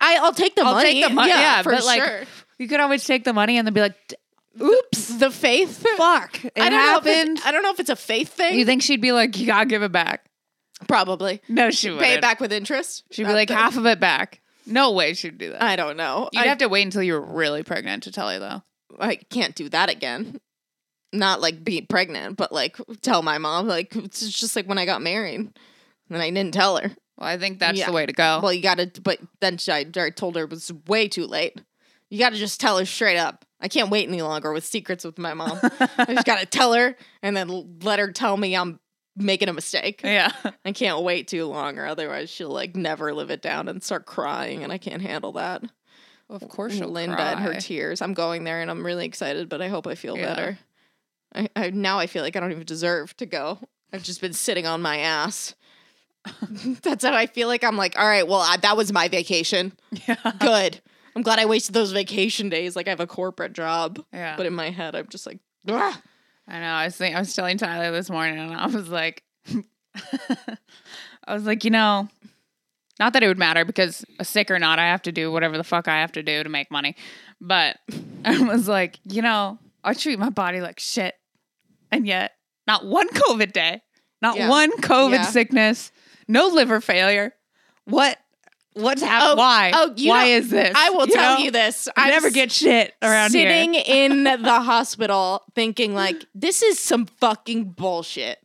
A: I I'll take the
B: I'll
A: money.
B: take the money. Yeah,
A: for
B: but like
A: sure.
B: you could always take the money and then be like, "D-
A: oops, the faith.
B: "Fuck, it
A: I don't know. If
B: happened."
A: it's, I don't know if it's a faith thing.
B: you think she'd be like, "You gotta give it back"?
A: Probably.
B: No, she would.
A: pay it back with interest.
B: She'd be
A: Not
B: like,
A: that-
B: "Half of it back." No way she'd do that.
A: I don't know.
B: You'd
A: I,
B: have to wait until you were really pregnant to tell her though.
A: I can't do that again. Not like be pregnant, but like tell my mom. Like it's just like when I got married, and I didn't tell her.
B: Well, I think that's
A: Yeah.
B: the way to go.
A: Well, you got to. But then she, I, I told her it was way too late. You got to just tell her straight up. I can't wait any longer with secrets with my mom. I just got to tell her, and then l- let her tell me I'm making a mistake.
B: yeah.
A: I can't wait too long, or otherwise she'll like never live it down and start crying, and I can't handle that.
B: of course she'll
A: Linda
B: cry.
A: and her tears. I'm going there and I'm really excited, but I hope I feel
B: Yeah.
A: better. I, I now I feel like I don't even deserve to go. I've just been sitting on my ass. That's how I feel like I'm like, all right, well, I, that was my vacation.
B: Yeah.
A: Good. I'm glad I wasted those vacation days. Like I have a corporate job,
B: Yeah.
A: but in my head, I'm just like, "Ugh."
B: I know. I was think, I was telling Tyler this morning, and I was like, I was like, you know, not that it would matter because a sick or not, I have to do whatever the fuck I have to do to make money. But I was like, you know, I treat my body like shit, and yet not one COVID day, not
A: Yeah.
B: one COVID
A: Yeah.
B: sickness, no liver failure. What? What's happening?
A: Oh,
B: Why?
A: oh, you
B: Why
A: know-
B: is this?
A: I will tell
B: know?
A: you this.
B: I
A: I'm
B: never
A: s-
B: get shit around
A: sitting
B: here.
A: in the hospital thinking like this is some fucking bullshit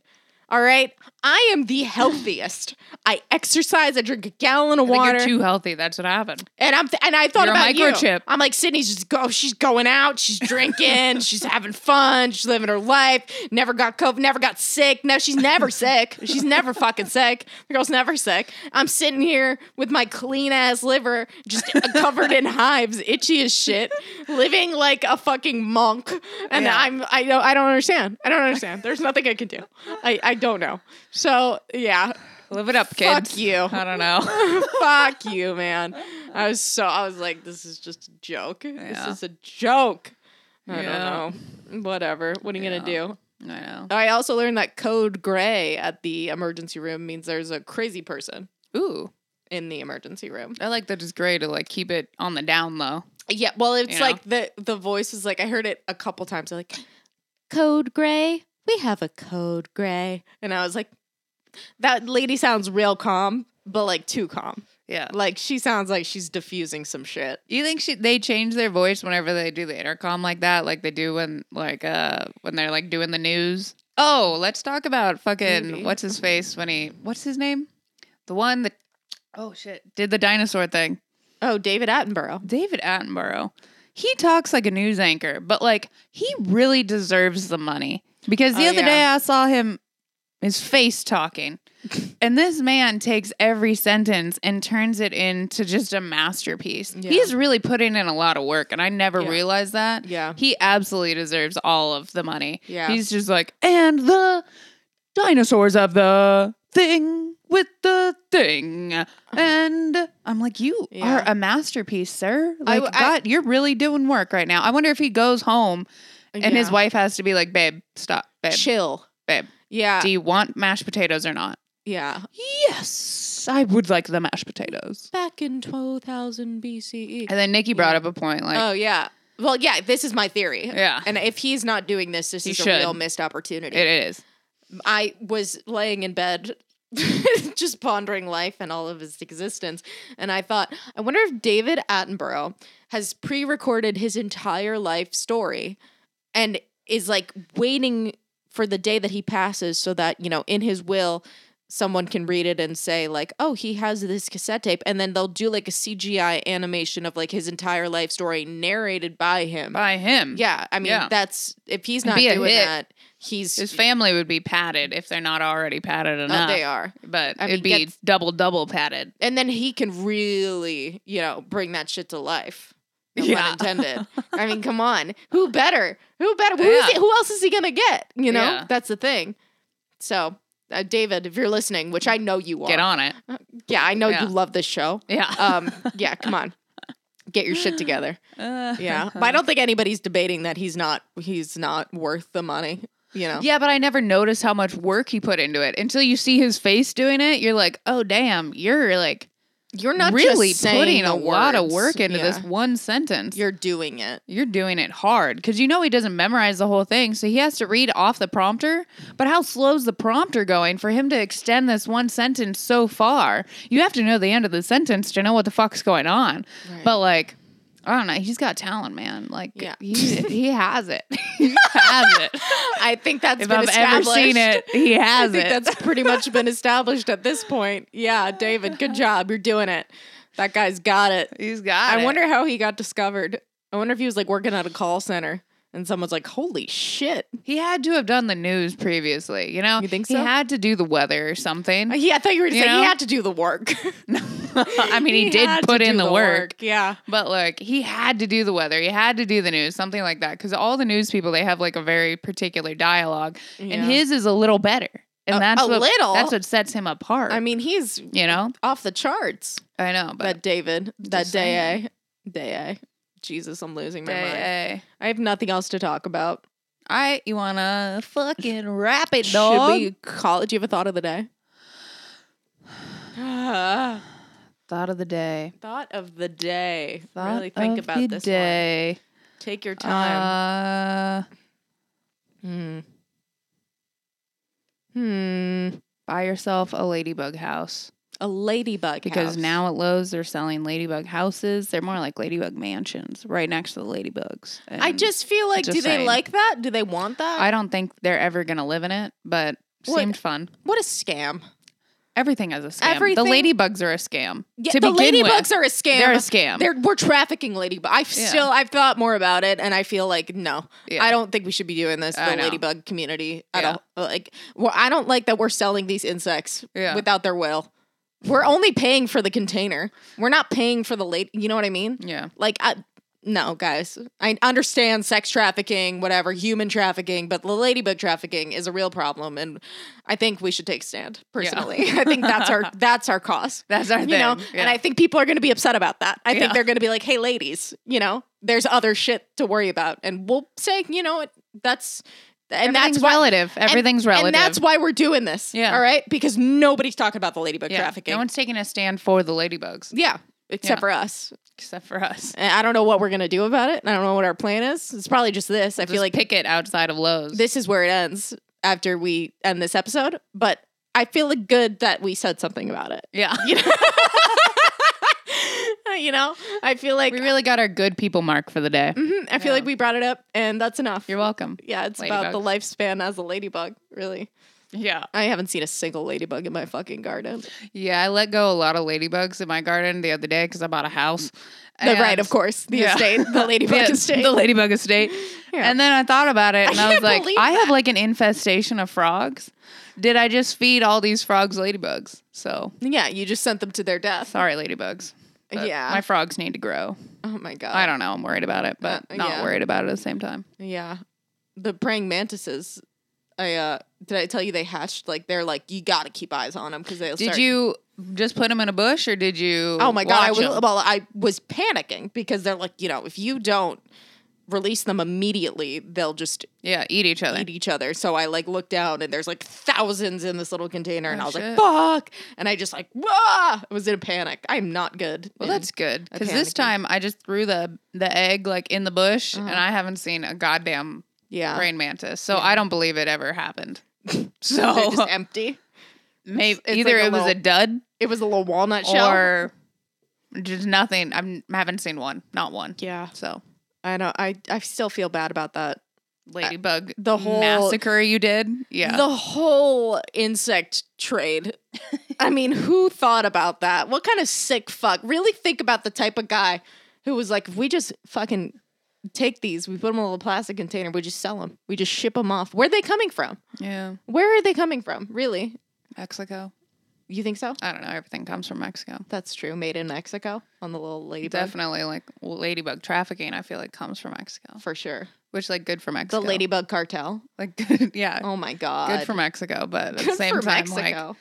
A: all right i am the healthiest i exercise i drink a gallon of
B: I think
A: water
B: You're too healthy. That's what happened.
A: and i'm th- and i thought
B: You're a
A: about you
B: microchip.
A: i'm like sydney's just go she's going out she's drinking she's having fun she's living her life never got covid never got sick no she's never sick she's never fucking sick the girl's never sick i'm sitting here with my clean ass liver just uh, covered in hives itchy as shit living like a fucking monk and
B: Yeah.
A: i'm i don't i don't understand i don't understand there's nothing i can do i i don't know so yeah
B: Live it up,
A: Fuck
B: kids.
A: you.
B: I don't know.
A: Fuck you, man. I was so I was like, this is just a joke.
B: Yeah.
A: This is a joke. I
B: Yeah.
A: don't know. Whatever. What are you
B: Yeah.
A: gonna do?
B: I know.
A: I also learned that code gray at the emergency room means there's a crazy person
B: Ooh,
A: in the emergency room.
B: I like that it's gray to like keep it on the down low.
A: Yeah, well, it's
B: You
A: like the the voice was like I heard it a couple times. Like, code gray, we have a code gray, and I was like, that lady sounds real calm, but like too calm.
B: Yeah.
A: Like she sounds like she's diffusing some shit.
B: You think she, they change their voice whenever they do the intercom like that, like they do when like uh when they're like doing the news? Oh, let's talk about fucking
A: Maybe.
B: what's his face when he what's his name? The one that oh shit did the dinosaur thing.
A: Oh, David Attenborough.
B: David Attenborough. He talks like a news anchor, but like he really deserves the money because the
A: Oh,
B: other
A: yeah.
B: day I saw him his face talking. and this man takes every sentence and turns it into just a masterpiece.
A: Yeah.
B: He's really putting in a lot of work and I never
A: Yeah.
B: realized that.
A: Yeah.
B: He absolutely deserves all of the money.
A: Yeah.
B: He's just like, and the dinosaurs of the thing with the thing. And I'm like, you
A: Yeah.
B: are a masterpiece, sir.
A: I-
B: Like,
A: I-
B: God, you're really doing work right now. I wonder if he goes home and his
A: Yeah.
B: wife has to be like, babe, stop, babe,
A: chill.
B: babe.
A: Yeah,
B: Do you want mashed potatoes or not?
A: yeah.
B: Yes, I would like the mashed potatoes.
A: Back in twelve thousand E. BCE.
B: And then Nikki brought up a point like,
A: oh yeah. Well, yeah. This is my theory.
B: Yeah.
A: And if he's not doing this, this
B: He
A: is
B: should.
A: a real missed opportunity.
B: it is.
A: I was laying in bed just pondering life and all of his existence. And I thought, I wonder if David Attenborough has pre recorded his entire life story and is like waiting for the day that he passes so that, you know, in his will, someone can read it and say, like, oh, he has this cassette tape. And then they'll do like a CGI animation of like his entire life story narrated by him.
B: By him.
A: yeah. I mean,
B: Yeah.
A: that's if he's not
B: be a
A: doing
B: hit.
A: that, he's.
B: His family would be padded if they're not already padded
A: Oh,
B: enough.
A: they are.
B: But
A: I mean,
B: it'd be
A: get-
B: double, double padded.
A: and then he can really, you know, bring that shit to life. No
B: Yeah.
A: pun intended. I mean, come on, who better? Who better? Who, is
B: Yeah.
A: he, who else is he gonna get? You know,
B: Yeah.
A: that's the thing. So, uh, David, if you're listening, which I know you are,
B: Get on it.
A: yeah, I know
B: Yeah.
A: you love this show.
B: Yeah.
A: Um, yeah, come on, get your shit together. Uh, Yeah, but I don't think anybody's debating that he's not he's not worth the money. You know,
B: Yeah, but I never noticed how much work he put into it until you see his face doing it. You're like, oh damn, you're like
A: you're not
B: really
A: just saying
B: putting
A: the
B: a lot of
A: words.
B: work into
A: Yeah.
B: this one sentence. You're
A: You're doing it.
B: you're doing it hard because you know he doesn't memorize the whole thing, so he has to read off the prompter. But how slow's the prompter going for him to extend this one sentence so far? You have to know the end of the sentence to know what the fuck's going on. But like. I don't know. He's got talent, man. Like
A: Yeah.
B: he he has it. he has it.
A: I think that's
B: If
A: been
B: I've ever
A: established.
B: seen it, he
A: I
B: has
A: think
B: it.
A: that's pretty much been established at this point. Yeah, David, good job. You're doing it. That guy's got it.
B: He's got.
A: I
B: it.
A: wonder how he got discovered. I wonder if he was like working at a call center and someone's like, holy shit.
B: He had to have done the news previously. You know,
A: You think
B: He
A: so?
B: had to do the weather or something.
A: Yeah, I thought you were
B: You
A: saying
B: know?
A: he had to do the work.
B: I mean, he, did
A: had to
B: put in
A: do
B: the, work,
A: Yeah.
B: but like he had to do the weather. He had to do the news, something like that. Because all the news people they have like a very particular dialogue,
A: Yeah.
B: and his is a little better. And
A: A-
B: that's
A: a
B: what,
A: little?
B: That's what sets him apart.
A: I mean, he's
B: you know,
A: off the charts.
B: I know, but
A: that David, that
B: just
A: day A. Day A. Jesus, I'm losing my mind.
B: Hey, hey.
A: I have nothing else to talk about.
B: I you wanna fucking wrap it,
A: Should
B: dog?
A: we call it? Do you have a thought of the day?
B: Thought of the day.
A: Thought of the day.
B: Thought
A: really think
B: of
A: about
B: the
A: this one.
B: day.
A: Take your time.
B: Uh,
A: hmm. Hmm.
B: buy yourself a ladybug house.
A: A ladybug.
B: because
A: house.
B: now at Lowe's they're selling ladybug houses. They're more like ladybug mansions, right next to the ladybugs.
A: I
B: And
A: just feel like,
B: just
A: do they
B: saying.
A: like that? Do they want that?
B: I don't think they're ever gonna live in it, but
A: What?
B: seemed fun.
A: what a scam.
B: Everything is a scam.
A: Everything-
B: The ladybugs are a scam.
A: Yeah,
B: to
A: the
B: begin
A: ladybugs
B: with,
A: are a scam.
B: They're a scam.
A: They're, we're trafficking ladybugs. I have still, I've thought more about it, and I feel like no,
B: Yeah.
A: I don't think we should be doing this. to
B: I
A: The
B: know.
A: ladybug community at
B: Yeah.
A: all. Like, well, I don't like that we're selling these insects
B: Yeah.
A: without their will. We're only paying for the container. We're not paying for the lady. You know what I mean?
B: yeah.
A: Like, I, no, guys, I understand sex trafficking, whatever, human trafficking, but the ladybug trafficking is a real problem, and I think we should take a stand personally. I think that's our that's our cause.
B: That's our
A: you
B: thing.
A: know,
B: Yeah.
A: and I think people are going to be upset about that. I
B: Yeah.
A: think they're going to be like, "Hey, ladies, you know, there's other shit to worry about," and we'll say, you know, what, that's And that's
B: Everything's
A: why,
B: relative.
A: and-
B: Everything's relative.
A: And that's why we're doing this.
B: Yeah.
A: All right. Because nobody's talking about the ladybug
B: yeah.
A: trafficking.
B: No one's taking a stand for the ladybugs
A: yeah. Except
B: Yeah.
A: for us.
B: except for us.
A: And I don't know what we're going to do about it. I don't know what our plan is. It's probably just this. I feel like
B: picket outside of Lowe's.
A: this is where it ends after we end this episode. But I feel like good that we said something about it.
B: yeah.
A: You know, you know I feel like
B: we really got our good people mark for the day.
A: Mhm, I feel like we brought it up and that's enough.
B: You're welcome.
A: yeah, it's about the lifespan as a ladybug, really.
B: Yeah.
A: I haven't seen a single ladybug in my fucking garden.
B: Yeah, I let go a lot of ladybugs in my garden the other day because I bought a house.
A: The- right,
B: And-
A: of course. The
B: Yeah.
A: estate, the ladybug
B: the,
A: estate.
B: the ladybug estate.
A: Yeah.
B: And then I thought about it and
A: I
B: I, was
A: can't
B: like,
A: believe
B: I have
A: that.
B: like an infestation of frogs. Did I just feed all these frogs ladybugs? So
A: yeah, you just sent them to their death.
B: sorry, ladybugs. But
A: Yeah.
B: My frogs need to grow.
A: Oh my god.
B: I don't know. I'm worried about it, but
A: Uh,
B: not
A: yeah.
B: worried about it at the same time.
A: Yeah. The praying mantises. I uh did I tell you they hatched like they're like you got to keep eyes on them cuz they'll
B: Did
A: start-
B: you just put them in a bush or did you?
A: Oh my god, I
B: watch
A: was
B: 'em?
A: well I was panicking because they're like, you know, if you don't release them immediately, they'll just
B: Yeah, eat each other.
A: eat each other. So I like looked down and there's like thousands in this little container and
B: Oh,
A: I was
B: shit.
A: like, "Fuck." And I just like, "Wah!" I was in a panic. I'm not good.
B: Well,
A: in-
B: that's good because this
A: panicking.
B: time I just threw the the egg like in the bush, and I haven't seen a goddamn
A: Mm-hmm. Oh. yeah.
B: praying mantis, so I don't believe it ever happened.
A: They're
B: So
A: just empty.
B: maybe
A: it's
B: either
A: like a
B: it was a
A: little
B: dud
A: It was a little walnut shell.
B: or just nothing. I'm, I haven't seen one, not one.
A: yeah. Uh,
B: So
A: I know. I I still feel bad about that.
B: ladybug,
A: the whole-
B: massacre you did, yeah,
A: The whole insect trade. I mean, who thought about that? What kind of sick fuck? Really think about the type of guy who was like, if we just fucking take these, we put them in a little plastic container, we just sell them, we just ship them off. Where are they coming from?
B: yeah,
A: Where are they coming from? Really?
B: Mexico.
A: You think so?
B: I don't know. Everything comes from Mexico.
A: That's true. Made in Mexico on the little ladybug.
B: Definitely, like ladybug trafficking, I feel like comes from Mexico,
A: For sure.
B: which like good for Mexico.
A: The ladybug cartel.
B: like good, yeah,
A: Oh my God.
B: good for Mexico, but at the
A: Good
B: same
A: for
B: time,
A: Mexico.
B: like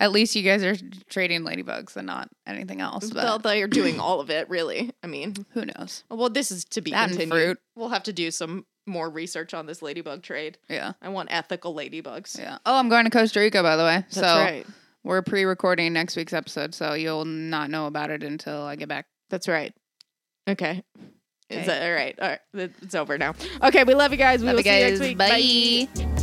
B: at least you guys are trading ladybugs and not anything else. But
A: Well, they're doing all of it, really. I mean,
B: who knows?
A: well, this is to be
B: That and
A: continued.
B: fruit.
A: We'll have to do some more research on this ladybug trade.
B: Yeah,
A: I want ethical ladybugs.
B: yeah. Oh, I'm going to Costa Rica, by the way. so
A: That's right.
B: we're pre-recording next week's episode, so you'll not know about it until I get back.
A: That's right. Okay. Is
B: Okay.
A: that all right? All right. It's over now. Okay. We love you guys. We will
B: Love you
A: see you
B: guys.
A: next week.
B: Bye.